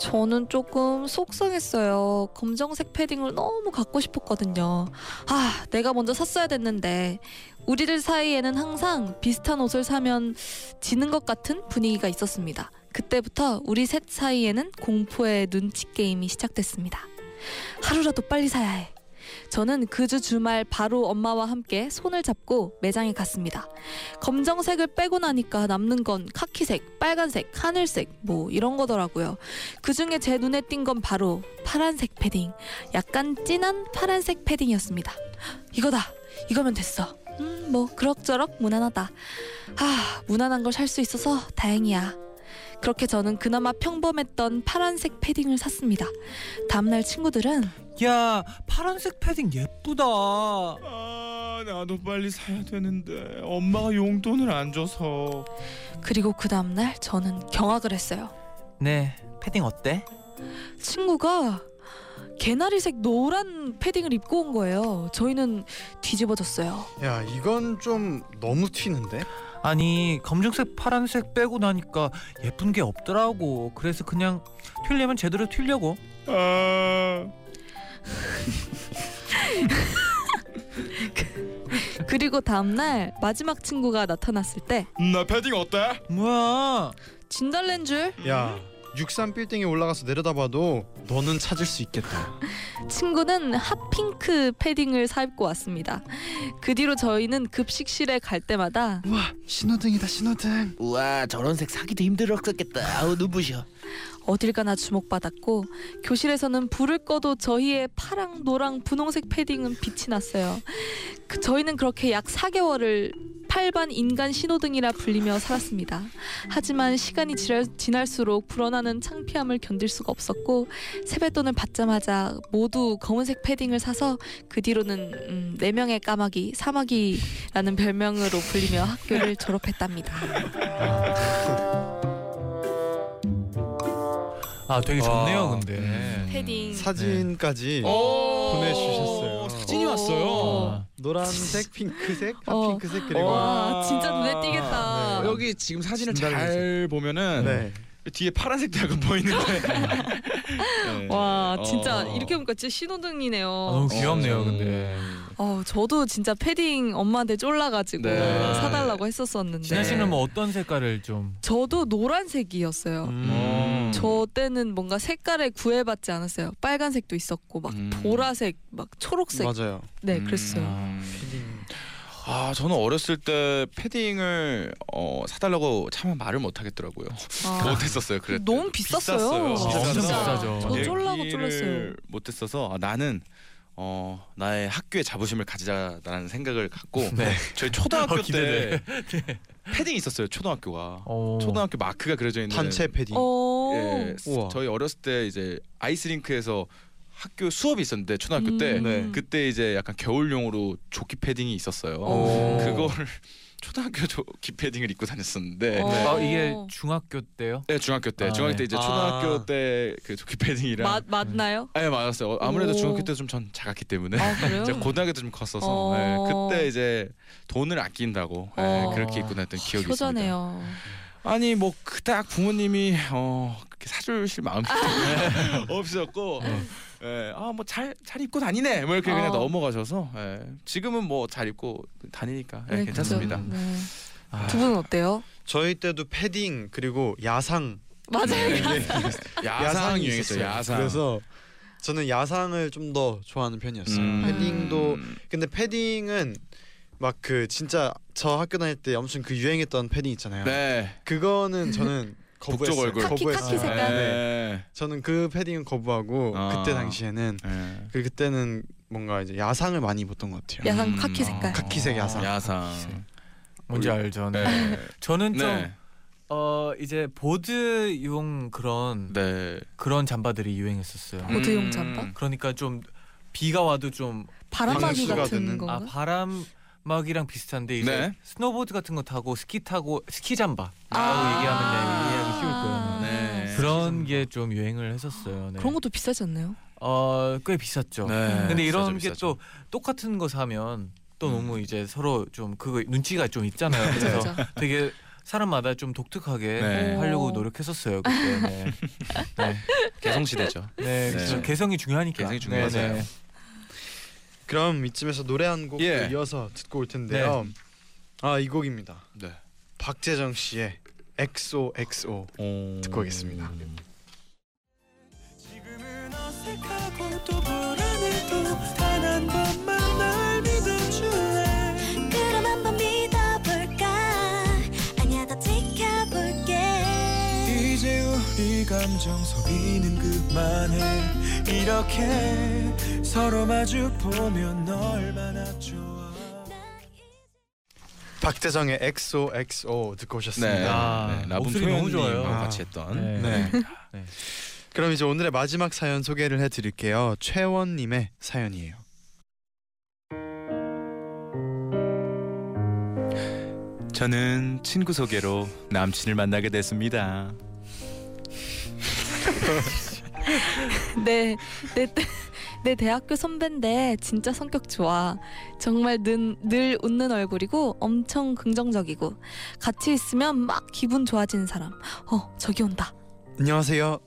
E: 저는 조금 속상했어요. 검정색 패딩을 너무 갖고 싶었거든요. 아, 내가 먼저 샀어야 됐는데. 우리들 사이에는 항상 비슷한 옷을 사면 지는 것 같은 분위기가 있었습니다. 그때부터 우리 셋 사이에는 공포의 눈치 게임이 시작됐습니다. 하루라도 빨리 사야 해. 저는 그 주 주말 바로 엄마와 함께 손을 잡고 매장에 갔습니다. 검정색을 빼고 나니까 남는 건 카키색, 빨간색, 하늘색 뭐 이런 거더라고요. 그 중에 제 눈에 띈 건 바로 파란색 패딩. 약간 진한 파란색 패딩이었습니다. 이거다. 이거면 됐어. 음, 뭐 그럭저럭 무난하다. 아, 무난한 걸 살 수 있어서 다행이야. 그렇게 저는 그나마 평범했던 파란색 패딩을 샀습니다. 다음날 친구들은
B: 야 파란색 패딩 예쁘다.
F: 아 나도 빨리 사야 되는데 엄마가 용돈을 안 줘서
E: 그리고 그 다음날 저는 경악을 했어요.
B: 네 패딩 어때?
E: 친구가 개나리색 노란 패딩을 입고 온 거예요. 저희는 뒤집어졌어요.
D: 야 이건 좀 너무 튀는데?
B: 아니 검정색 파란색 빼고 나니까 예쁜 게 없더라고. 그래서 그냥 튀려면 제대로 튀려고.
F: 아
E: 그리고 다음날 마지막 친구가 나타났을 때
F: 음, 나 패딩 어때?
B: 뭐야?
E: 진달랜 줄
D: 야 63 빌딩에 올라가서 내려다봐도 너는 찾을 수 있겠다.
E: 친구는 핫핑크 패딩을 사 입고 왔습니다. 그 뒤로 저희는 급식실에 갈 때마다
D: 우와 신호등이다 신호등.
H: 우와 저런 색 사기도 힘들었겠다 아우 눈부셔
E: 어딜 가나 주목받았고 교실에서는 불을 꺼도 저희의 파랑, 노랑, 분홍색 패딩은 빛이 났어요. 그- 저희는 그렇게 약 4개월을 8반 인간 신호등이라 불리며 살았습니다. 하지만 시간이 지랄- 지날수록 불어나는 창피함을 견딜 수가 없었고 세뱃돈을 받자마자 모두 검은색 패딩을 사서 그 뒤로는 음, 4명의 까마귀, 사마귀라는 별명으로 불리며 학교를 졸업했답니다.
D: 음,
B: 아 되게 좋네요
D: 와.
B: 근데.
E: 패딩.
D: 사진까지 어?
F: 오
D: 예. 보내주셨어요.
F: 사진이
E: 오.
F: 왔어요
B: 아,
D: 노란색, 핑크색, 아,
E: 어.
D: 핫핑크색 그리고
E: 와 진짜 눈에 띄겠다.
D: 네.
F: 아, 여기 지금 사진을 잘
D: 진달래지.
F: 보면은
D: 네.
F: 뒤에 파란색 대가 보이는데 네.
E: 와 진짜
F: 어.
E: 이렇게 보니까 진짜 신호등이네요.
B: 아, 너무 귀엽네요
F: 어.
B: 근데.
E: 어 저도 진짜 패딩 엄마한테 쫄라가지고
F: 네.
E: 사달라고 했었었는데.
B: 진아 씨는 뭐 어떤 색깔을 좀?
E: 저도 노란색이었어요.
F: 음.
E: 저 때는 뭔가 색깔에 구애받지 않았어요. 빨간색도 있었고 막
F: 음.
E: 보라색, 막 초록색,
D: 맞아요.
E: 네 그랬어요.
F: 음. 아 저는 어렸을 때 패딩을 어, 사달라고 참 말을 못 하겠더라고요.
E: 아.
F: 못했었어요. 그랬
E: 너무 비쌌어요. 아,
F: 비쌌어요.
B: 진짜 비싸죠.
E: 저
B: 어,
E: 쫄라고
F: 얘기를
E: 쫄랐어요.
F: 못했어서 아, 나는 어 나의 학교에 자부심을 가지자라는 생각을 갖고
B: 네.
F: 저희 초등학교
B: 어,
F: 때
B: 기대돼. 네.
F: 패딩이 있었어요. 초등학교가
B: 어.
F: 초등학교 마크가 그려져 있는
D: 단체 패딩.
E: 어.
F: 예, 스-
D: 우와.
F: 저희 어렸을 때 이제 아이스링크에서 학교 수업이 있었는데 초등학교
E: 음.
F: 때
E: 네.
F: 그때 이제 약간 겨울용으로 조끼 패딩이 있었어요.
E: 오.
F: 그거를 초등학교 조끼 패딩을 입고 다녔었는데
E: 어.
B: 아 이게 중학교 때요?
F: 네 중학교 때
B: 아,
F: 중학교 때
B: 네.
F: 이제
D: 아.
F: 초등학교 때 그 조끼 패딩이랑
E: 맞 맞나요?
F: 네 맞았어요. 어, 아무래도
E: 오.
F: 중학교 때 좀 전 작았기 때문에
E: 아 그래요?
F: 제가 고등학교 때 좀 컸어서
E: 어.
F: 네, 그때 이제 돈을 아낀다고 네,
E: 어.
F: 그렇게 입고 다녔던 기억이 있습니다.
E: 효자네요.
F: 아니 뭐
E: 아.
F: 그닥 부모님이 어 그렇게 사주실 마음이 없었고 예, 아뭐 잘 잘 입고 다니네. 뭐 이렇게 그냥
E: 어.
F: 넘어가셔서 예, 지금은 뭐 잘 입고 다니니까 예,
E: 네,
F: 괜찮습니다.
E: 그죠.
B: 음.
E: 네.
B: 아,
E: 두 분은 어때요?
D: 저희 때도 패딩 그리고 야상
F: 네.
E: 맞아요.
F: 야상
E: 그렇죠.
D: 야상이
F: 유행했죠.
D: 있었어요.
F: 야상.
D: 그래서 저는 야상을 좀 더 좋아하는 편이었어요.
F: 음.
D: 패딩도 근데 패딩은 막 그 진짜 저 학교 다닐 때 엄청 그 유행했던 패딩 있잖아요.
F: 네.
D: 그거는 저는
F: 북쪽
D: 거부했어요.
F: 얼굴.
E: 카키,
D: 거부했어요.
E: 카키 색깔.
D: 네.
F: 네.
D: 저는 그 패딩은 거부하고
F: 아.
D: 그때 당시에는
F: 네.
D: 그 그때는 뭔가 이제 야상을 많이 입었던 것 같아요.
E: 야상
F: 음,
E: 카키
F: 아.
E: 색깔.
D: 카키색 야상.
F: 야상.
B: 뭔지 알죠.
F: 네.
B: 저는 좀
F: 네.
B: 어, 이제 보드용 그런
F: 네.
B: 그런 잠바들이 유행했었어요.
E: 음. 보드용 잠바?
B: 그러니까 좀 비가 와도 좀
E: 바람막이
D: 방수가
E: 같은
D: 되는-
E: 건가?
B: 아, 바람막이랑 비슷한데 이제
F: 네.
B: 스노보드 같은 거 타고 스키 타고 스키 잠바라고
E: 아.
B: 얘기하면 이해하기 쉬울 거예요.
F: 네.
B: 그런 게 좀 유행을 했었어요. 네.
E: 그런 것도 비싸지 않나요?
B: 어, 꽤 비쌌죠.
F: 네.
B: 근데
F: 비싸죠,
B: 이런 게
F: 비싸죠.
B: 또 똑같은 거 사면 또
F: 음.
B: 너무 이제 서로 좀 그거 눈치가 좀 있잖아요. 그래서
E: 그죠?
B: 되게 사람마다 좀 독특하게
F: 네.
B: 하려고
E: 오.
B: 노력했었어요 그때. 네. 네.
F: 개성 시대죠.
B: 네, 그래서
F: 네.
B: 개성이 중요하니까.
F: 개성이
B: 네,
F: 중요하죠.
B: 네.
D: 그럼 이쯤에서 노래 한 곡
F: 예.
D: 이어서 듣고 올 텐데요. 아 이 곡입니다.
F: 네.
D: 박재정 씨의 XOXO 듣고 오겠습니다.
F: 음.
A: 지금은 어색하고 또 불안해도 단 한 번만 날 믿어줄래
G: 그럼 한번 믿어볼까 아니야 더 지켜볼게
A: 이제 우리 감정 소비는 그만해 이렇게 서로 마주 보면 얼마나 좋아
D: 박재정의 XOXO 듣고
F: 네.
D: 오셨습니다.
B: 아,
F: 네. 라붐
B: 목소리 너무
F: 초연님하고
B: 좋아요.
F: 같이 했던.
B: 네.
D: 그럼 이제 오늘의 마지막 사연 소개를 해드릴게요. 최원님의 사연이에요.
F: 저는 친구 소개로 남친을 만나게 됐습니다.
E: 네, 내, 대- 내 대학교 선배인데 진짜 성격 좋아. 정말 늘, 늘 웃는 얼굴이고 엄청 긍정적이고 같이 있으면 막 기분 좋아지는 사람. 어, 저기 온다.
D: 안녕하세요.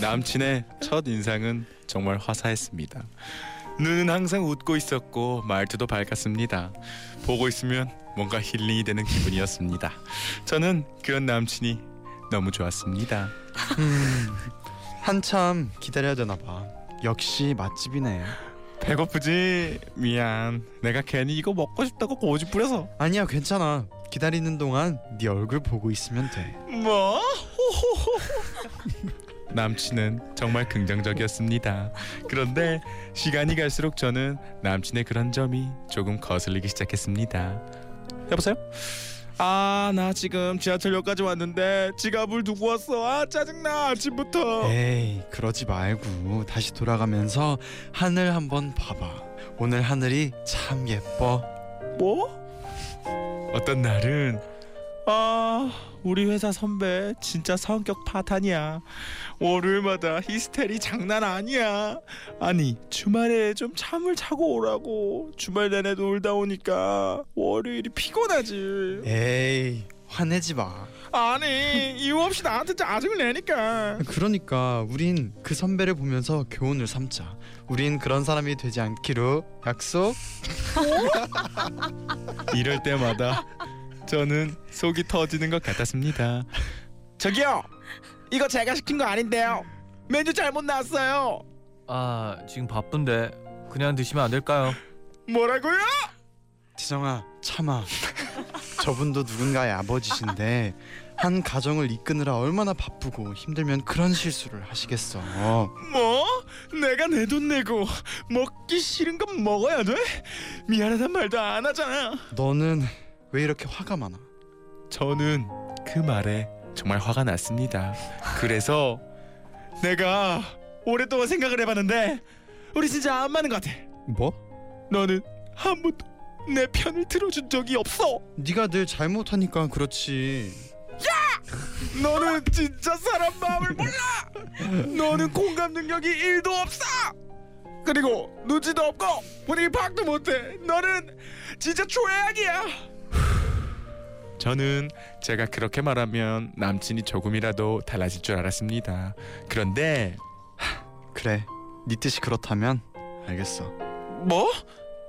F: 남친의 첫 인상은 정말 화사했습니다. 눈은 항상 웃고 있었고 말투도 밝았습니다. 보고 있으면 뭔가 힐링이 되는 기분이었습니다. 저는 그런 남친이 너무 좋았습니다.
D: 음, 한참 기다려야 되나 봐. 역시 맛집이네.
F: 배고프지? 미안. 내가 괜히 이거 먹고 싶다고 고집 부려서.
D: 아니야 괜찮아. 기다리는 동안 네 얼굴 보고 있으면 돼.
F: 뭐? 남친은 정말 긍정적이었습니다. 그런데 시간이 갈수록 저는 남친의 그런 점이 조금 거슬리기 시작했습니다. 여보세요? 아, 나 지금 지하철역까지 왔는데 지갑을 두고 왔어. 아, 짜증나. 아침부터.
D: 에이 그러지 말고 다시 돌아가면서 하늘 한번 봐봐. 오늘 하늘이 참 예뻐.
F: 뭐? 어떤 날은 아 우리 회사 선배 진짜 성격 파탄이야 월요일마다 히스테리 장난 아니야 아니 주말에 좀 잠을 자고 오라고 주말 내내 놀다 오니까 월요일이 피곤하지
D: 에이 화내지 마.
F: 아니 이유 없이 나한테 짜증을 내니까
D: 그러니까 우린 그 선배를 보면서 교훈을 삼자. 우린 그런 사람이 되지 않기로 약속.
F: 이럴 때마다 저는 속이 터지는 것 같았습니다 저기요 이거 제가 시킨 거 아닌데요 메뉴 잘못 나왔어요
B: 아, 지금 바쁜데 그냥 드시면 안 될까요?
F: 뭐라고요?
D: 지정아 참아. 저분도 누군가의 아버지신데 한 가정을 이끄느라 얼마나 바쁘고 힘들면 그런 실수를 하시겠어.
F: 뭐? 내가 내 돈 내고 먹기 싫은 건 먹어야 돼? 미안하단 말도 안 하잖아.
D: 너는 왜 이렇게 화가 많아?
F: 저는 그 말에 정말 화가 났습니다. 그래서 내가 오랫동안 생각을 해봤는데 우리 진짜 안 맞는 것 같아.
D: 뭐?
F: 너는 한 번도 내 편을 들어준 적이 없어.
D: 네가 늘 잘못하니까 그렇지.
F: 너는 진짜 사람 마음을 몰라. 너는 공감 능력이 1도 없어. 그리고 눈치도 없고 분위기 파악도 못해. 너는 진짜 최악이야. 저는 제가 그렇게 말하면 남친이 조금이라도 달라질 줄 알았습니다. 그런데
D: 그래 네 뜻이 그렇다면 알겠어
F: 뭐?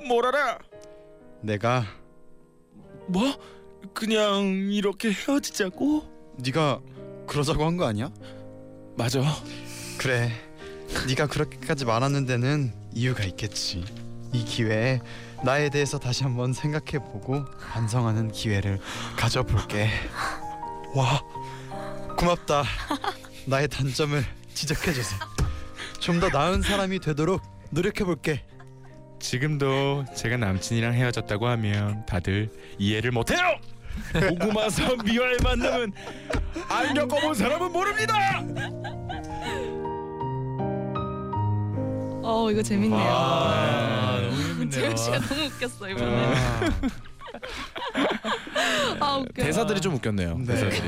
F: 뭐라라?
D: 내가
F: 뭐? 그냥 이렇게 헤어지자고?
D: 네가 그러자고 한 거 아니야?
F: 맞아.
D: 그래 네가 그렇게까지 말하는 데는 이유가 있겠지 이 기회에 나에 대해서 다시 한번 생각해보고 반성하는 기회를 가져볼게 와 고맙다 나의 단점을 지적해줘서 좀 더 나은 사람이 되도록 노력해볼게
F: 지금도 제가 남친이랑 헤어졌다고 하면 다들 이해를 못해요. 고구마서 미화의 만남은 안 겪어본 사람은 모릅니다.
E: 어 이거 재밌네요.
B: 아, 너무 재밌네요.
E: 재영 씨가 너무 웃겼어
B: 네.
E: 이번에. 아 웃겨.
F: 그 대사들이 좀 웃겼네요. 대사들이.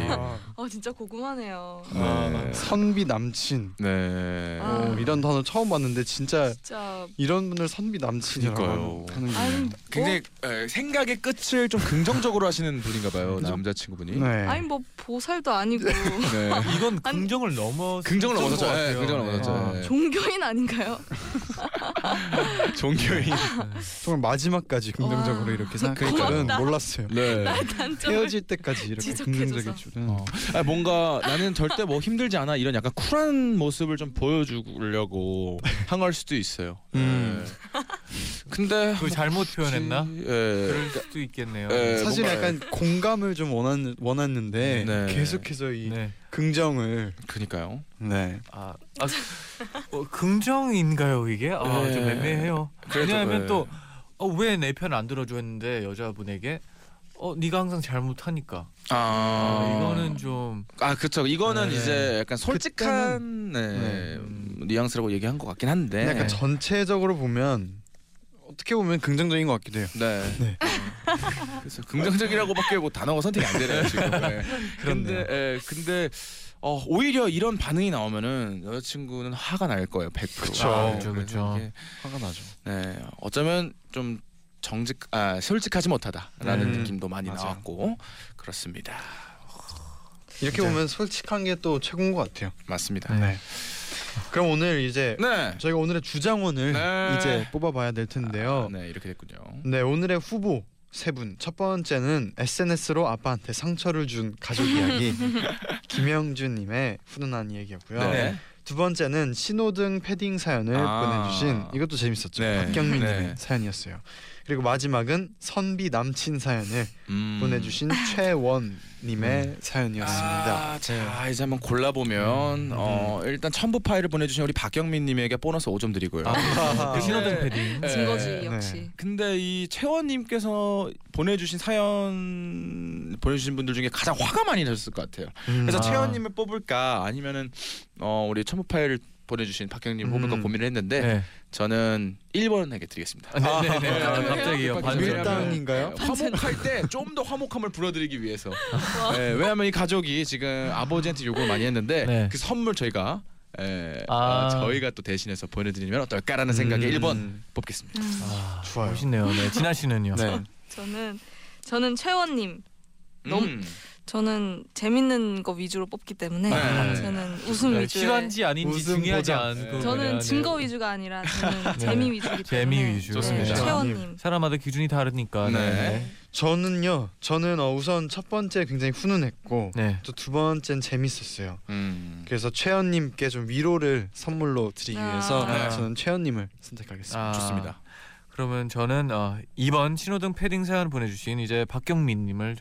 E: 어 진짜 고구마네요.
F: 네.
D: 선비 남친
F: 네.
E: 아.
D: 어, 이런 단어 처음 봤는데 진짜
E: 진짜
D: 이런 분을 선비 남친이라고
F: 그러니까요.
D: 하는
E: 아니
D: 게
E: 뭐
F: 굉장히 에, 생각의 끝을 좀 긍정적으로 하시는 분인가 봐요. 남자친구분이.
E: 아니
D: 네.
E: 뭐 보살도 아니고
F: 네.
B: 이건
E: 아니,
B: 긍정을 넘어
F: 긍정을 넘어섰죠. 네, 긍정을
D: 아.
F: 넘어섰죠.
E: 종교인 아닌가요?
F: 네. 종교인.
D: 정말 마지막까지 긍정적으로
E: 와.
D: 이렇게 생각할 줄은
E: 고맙다.
D: 몰랐어요
F: 네.
E: 단점을
D: 헤어질 때까지 이렇게
E: 지적해줘서.
D: 긍정적일 줄은
F: 어. 아, 뭔가 나는 절대 뭐 힘들지 않아 이런 약간 쿨한 모습을 좀 보여주려고 한 걸 수도 있어요.
D: 음.
F: 네. 근데
B: 그 잘못 표현했나?
F: 혹시- 예.
B: 그럴 수도 있겠네요.
F: 예,
D: 사실
F: 뭔가-
D: 약간 공감을 좀 원한, 원했는데
F: 네.
D: 계속해서 이
B: 네.
D: 긍정을
F: 그니까요.
D: 네.
B: 아, 아 어, 긍정인가요 이게? 아, 좀
F: 네.
B: 애매해요.
F: 그래도,
B: 왜냐하면
F: 네.
B: 또 어, 왜 내 편 안 들어줘 했는데 여자분에게 어 네가 항상 잘못하니까 아,
F: 아,
B: 이거는 좀
F: 아 그쵸. 이거는
B: 네.
F: 이제 약간 솔직한 네.
D: 네.
F: 음, 뉘앙스라고 얘기한 것 같긴 한데.
D: 근데 약간 전체적으로 보면 어떻게 보면 긍정적인 것 같기도 해요
F: 네.
D: 네.
F: 그래서 긍정적이라고밖에 뭐 단어가 선택이 안 되네요 지금. 네.
D: 그렇네요.
F: 근데 예, 근데 어, 오히려 이런 반응이 나오면은 여자친구는 화가 날 거예요 100%.
D: 그쵸.
B: 아, 그쵸,
F: 그래서
B: 그쵸.
F: 이게,
D: 화가 나죠
F: 네. 어쩌면 좀 정직 아 솔직하지 못하다라는
D: 네.
F: 느낌도 많이
D: 맞아요.
F: 나왔고 그렇습니다.
D: 이렇게 보면 솔직한 게 또 최고인 것 같아요
F: 맞습니다.
D: 네. 그럼 오늘 이제
F: 네.
D: 저희가 오늘의 주장원을
F: 네.
D: 이제 뽑아봐야 될 텐데요
F: 네 이렇게 됐군요.
D: 네 오늘의 후보 세 분. 첫 번째는 SNS로 아빠한테 상처를 준 가족 이야기 김영준님의 훈훈한 이야기였고요.
F: 네.
D: 두 번째는 신호등 패딩 사연을
F: 아.
D: 보내주신 이것도 재밌었죠.
F: 네.
D: 박경민님의
F: 네.
D: 사연이었어요. 그리고 마지막은 선비 남친 사연을
F: 음.
D: 보내주신 최원님의 사연이었습니다.
F: 아, 자 이제 한번
D: 음.
F: 골라보면 어, 일단 첨부 파일을 보내주신 우리 박경민님에게 보너스 5점 드리고요.
D: 아,
B: 그 신호등 패딩.
F: 네.
E: 증거지
D: 네.
E: 역시.
F: 근데 이 채원님께서 보내주신 사연 보내주신 분들 중에 가장 화가 많이 나셨을 것 같아요.
D: 음.
F: 그래서
B: 아.
F: 채원님을 뽑을까 아니면은 어, 우리 첨부 파일을 보내주신 박경님 뽑을까
D: 음.
F: 고민을 했는데
B: 네.
F: 저는 1번에게 드리겠습니다.
B: 아, 네, 네, 네.
F: 아,
B: 아, 갑자기요.
F: 깜빡이요.
B: 반전.
D: 밀당인가요?
F: 네, 화목할 때 좀 더 화목함을 불어드리기 위해서. 네, 왜냐하면 이 가족이 지금 아버지한테 요구를 많이 했는데
B: 네.
F: 그 선물 저희가 에,
B: 아. 음.
F: 아, 저희가 또 대신해서 보내드리면 어떨까라는 생각에 1번 뽑겠습니다.
B: 아,
D: 음. 좋아요.
B: 멋있네요. 네. 진아 씨는요.
D: 네.
E: 저는 저는 최원님. 너무-
F: 음.
E: 저는 재밌는 거 위주로 뽑기 때문에
F: 네.
E: 저는 웃음
B: 네,
E: 위주에.
B: 실한지 아닌지
D: 웃음
B: 중요하지
D: 보장.
B: 않고 그냥,
E: 저는
B: 네.
E: 증거 위주가 아니라 저는
B: 네.
E: 재미 위주기 때문에.
B: 재미 위주.
F: 좋습니다.
E: 채원님.
B: 사람마다 기준이 다르니까.
F: 네.
B: 네.
D: 저는요. 저는 어, 우선 첫 번째 굉장히 훈훈했고
B: 네.
D: 또 두 번째는 재밌었어요.
F: 음.
D: 그래서 최연님께 좀 위로를 선물로 드리기
E: 아.
D: 위해서
F: 네.
D: 저는 최연님을 선택하겠습니다.
B: 아,
F: 좋습니다.
B: 그러면 저는 어, 2번 신호등 패딩 사연 보내주신 이제 박경민님을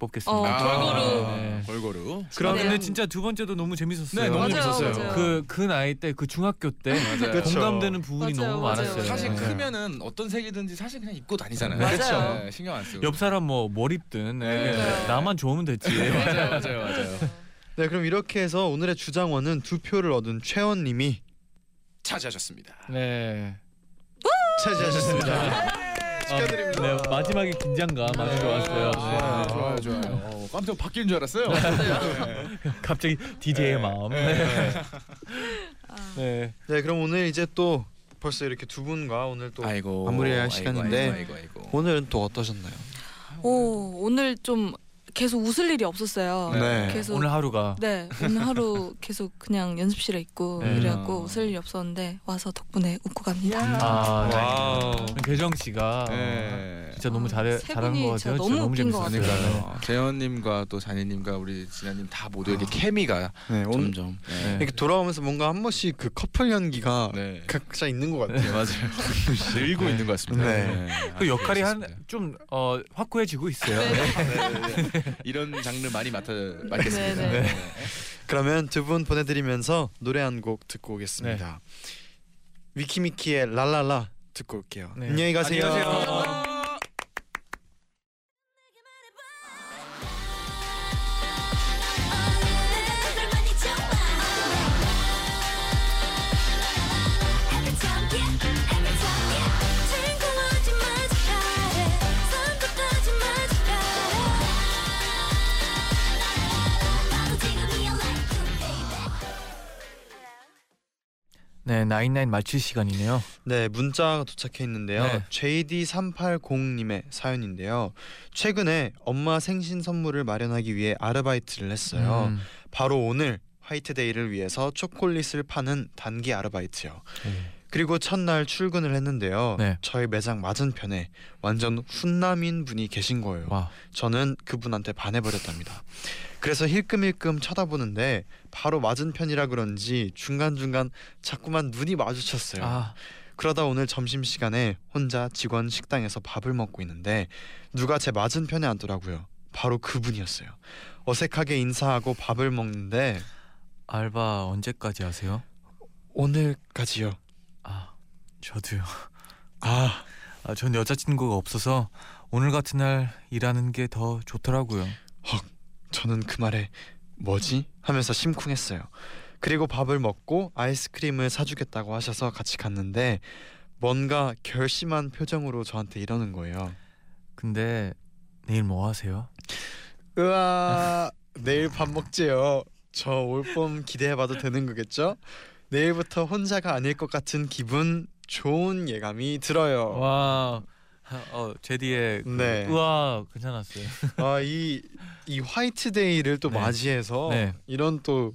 B: 뽑겠습니다.
E: 어, 골고루.
F: 아,
B: 네.
F: 골고루.
B: 아, 근데
E: 네.
B: 진짜 두 번째도 너무 재밌었어요.
F: 네, 너무
E: 맞아요,
F: 재밌었어요.
E: 맞아요.
B: 그 그 나이 때 그 중학교 때
F: 맞아요.
D: 그쵸.
B: 공감되는 부분이
E: 맞아요,
B: 너무
E: 맞아요.
B: 많았어요.
F: 사실
B: 네.
D: 그-
F: 크면은 어떤 색이든지 사실 그냥 입고 다니잖아요.
B: 맞아요.
F: 그쵸? 네, 신경 안 쓰고.
B: 옆 사람 뭐 머리 든
F: 네.
E: 맞아요.
B: 나만 좋으면 됐지.
F: 맞아요, 맞아요, 맞아요.
D: 네, 그럼 이렇게 해서 오늘의 주장원은 두 표를 얻은 최연님이
F: 차지하셨습니다.
B: 네.
D: 차지하셨습니다.
B: 축하드립니다. 네, 마지막에 긴장감 아주 네, 좋았어요.
F: 아,
B: 네.
F: 좋아요, 좋아요. 어, 깜짝 바뀐 줄 알았어요.
B: 갑자기 DJ의 마음. 네.
E: 아.
B: 네.
D: 네, 그럼 오늘 이제 또 벌써 이렇게 두 분과 오늘 또
F: 아이고
D: 마무리할 시간인데.
F: 아이고, 아이고, 아이고.
D: 오늘은 또 어떠셨나요?
E: 오 오늘 좀 계속 웃을 일이 없었어요.
D: 네.
E: 계속
B: 오늘 하루가
E: 네 오늘 하루 계속 그냥 연습실에 있고
B: 네.
E: 이래갖고 웃을 일이 없었는데 와서 덕분에 웃고 갑니다.
B: 아, 네.
D: 와우.
B: 계정 씨가
F: 네.
B: 진짜 너무 잘해
E: 세
B: 잘한
E: 분이
B: 것
E: 진짜
B: 같아요.
E: 너무 웃긴 것
B: 재밌었어요.
E: 같아요.
F: 그러니까요. 네. 재현님과 또 잔이님과 우리 진아님 다 모두에게 케미가
D: 네, 오늘
F: 점점.
B: 네.
F: 네.
D: 이렇게 돌아오면서 뭔가 한 번씩 그 커플 연기가
F: 네.
D: 각자 있는 것 같아요.
F: 맞아요. 늘고 있는 것 같습니다.
D: 네.
B: 그 역할이
F: 그렇습니다.
B: 한좀 어, 확고해지고 있어요.
F: 이런 장르 많이 맡아 맡겠습니다.
E: 네,
D: 그러면 두 분 보내드리면서 노래 한 곡 듣고 오겠습니다.
B: 네.
D: 위키미키의 랄랄라 듣고 올게요.
B: 네.
D: 안녕히 가세요.
B: 안녕히 가세요.
G: 널 많이 좋아 Every time yeah every time yeah 친구하지 마지 말해 선택하지 마지 말해 나도 지금이야 like you baby
B: 네, 나인나인 마칠 시간이네요.
D: 네, 문자가 도착해 있는데요.
B: 네.
D: JD380님의 사연인데요. 최근에 엄마 생신 선물을 마련하기 위해 아르바이트를 했어요.
B: 음.
D: 바로 오늘 화이트데이를 위해서 초콜릿을 파는 단기 아르바이트요. 그리고 첫날 출근을 했는데요.
B: 네.
D: 저희 매장 맞은편에 완전 훈남인 분이 계신 거예요.
B: 와,
D: 저는 그분한테 반해버렸답니다. 그래서 힐끔힐끔 쳐다보는데 바로 맞은편이라 그런지 중간중간 자꾸만 눈이 마주쳤어요.
B: 아,
D: 그러다 오늘 점심 시간에 혼자 직원 식당에서 밥을 먹고 있는데 누가 제 맞은편에 앉더라고요. 바로 그분이었어요. 어색하게 인사하고 밥을 먹는데
B: 알바 언제까지 하세요?
D: 오늘까지요.
B: 아, 저도요.
D: 아,
B: 아, 전 여자친구가 없어서 오늘 같은 날 일하는 게 더 좋더라고요.
D: 저는 그 말에 뭐지? 하면서 심쿵했어요. 그리고 밥을 먹고 아이스크림을 사주겠다고 하셔서 같이 갔는데 뭔가 결심한 표정으로 저한테 이러는 거예요.
B: 근데 내일 뭐 하세요?
D: 으아 내일 밥 먹지요 저 올 봄 기대해봐도 되는 거겠죠 내일부터 혼자가 아닐 것 같은 기분 좋은 예감이 들어요
B: 와, 어 제디의 그
D: 네.
B: 우와 괜찮았어요.
D: 아이이 화이트데이를 또
B: 네.
D: 맞이해서
B: 네.
D: 이런 또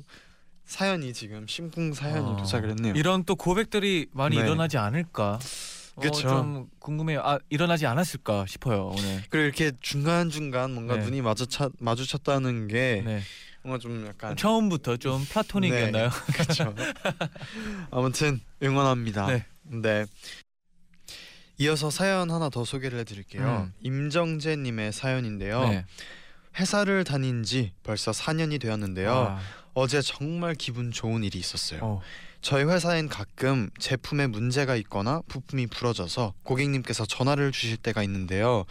D: 사연이 지금 심쿵 사연이
B: 어,
D: 도착을 했네요
B: 이런 또 고백들이 많이
D: 네.
B: 일어나지 않을까? 어,
D: 그쵸.
B: 좀 궁금해요. 아 일어나지 않았을까 싶어요 오늘.
D: 그리고 이렇게 중간중간 뭔가
B: 네.
D: 눈이 마주쳤, 마주쳤다는 게
B: 네.
D: 뭔가 좀 약간
B: 처음부터 좀 플라토닉이었나요?
D: 그렇죠. 아무튼 응원합니다.
B: 네.
D: 네. 이어서 사연 하나 더 소개를 해드릴게요.
B: 음.
D: 임정재님의 사연인데요.
B: 네.
D: 회사를 다닌 지 벌써 4년이 되었는데요.
B: 아,
D: 어제 정말 기분 좋은 일이 있었어요.
B: 어.
D: 저희 회사엔 가끔 제품에 문제가 있거나 부품이 부러져서 고객님께서 전화를 주실 때가 있는데요.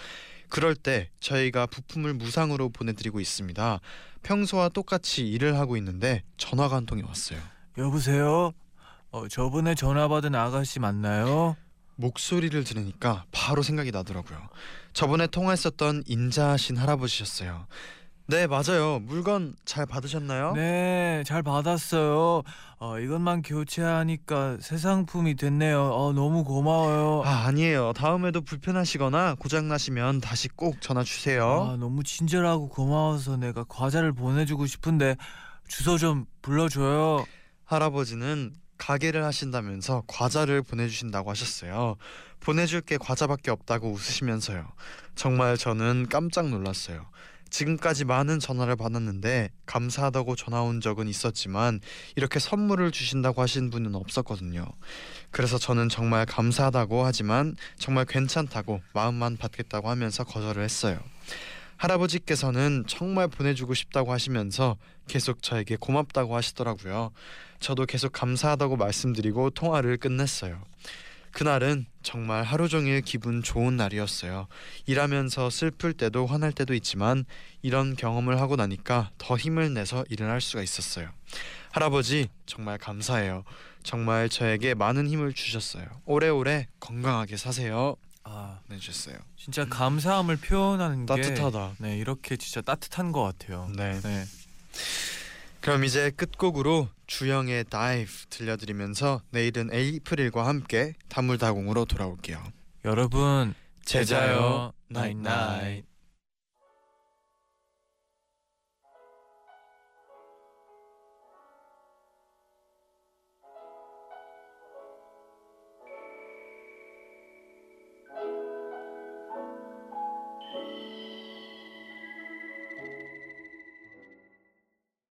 D: 그럴 때 저희가 부품을 무상으로 보내드리고 있습니다. 평소와 똑같이 일을 하고 있는데 전화가 한 통이 왔어요.
B: 여보세요. 어 저번에 전화 받은 아가씨 맞나요?
D: 목소리를 들으니까 바로 생각이 나더라고요. 저번에 통화했었던 인자하신 할아버지셨어요. 네, 맞아요. 물건 잘 받으셨나요?
B: 네, 잘 받았어요. 어 이것만 교체하니까 새 상품이 됐네요. 어 너무 고마워요.
D: 아, 아니에요. 다음에도 불편하시거나 고장 나시면 다시 꼭 전화 주세요.
B: 아 너무 친절하고 고마워서 내가 과자를 보내주고 싶은데 주소 좀 불러줘요.
D: 할아버지는 가게를 하신다면서 과자를 보내주신다고 하셨어요. 보내줄 게 과자밖에 없다고 웃으시면서요. 정말 저는 깜짝 놀랐어요. 지금까지 많은 전화를 받았는데 감사하다고 전화 온 적은 있었지만 이렇게 선물을 주신다고 하신 분은 없었거든요. 그래서 저는 정말 감사하다고 하지만 정말 괜찮다고 마음만 받겠다고 하면서 거절을 했어요. 할아버지께서는 정말 보내주고 싶다고 하시면서 계속 저에게 고맙다고 하시더라고요. 저도 계속 감사하다고 말씀드리고 통화를 끝냈어요. 그날은 정말 하루 종일 기분 좋은 날이었어요. 일하면서 슬플 때도 화날 때도 있지만 이런 경험을 하고 나니까 더 힘을 내서 일을 할 수가 있었어요. 할아버지 정말 감사해요. 정말 저에게 많은 힘을 주셨어요. 오래오래 건강하게 사세요.
B: 아
D: 내주셨어요.
B: 진짜 감사함을 표현하는
D: 따뜻하다.
B: 게 네, 이렇게 진짜 따뜻한 것 같아요.
D: 네.
B: 네.
D: 그럼 이제 끝곡으로 주영의 Dive 들려드리면서 내일은 에이프릴과 함께 다물다공으로 돌아올게요.
B: 여러분
D: 제자요 나잇나잇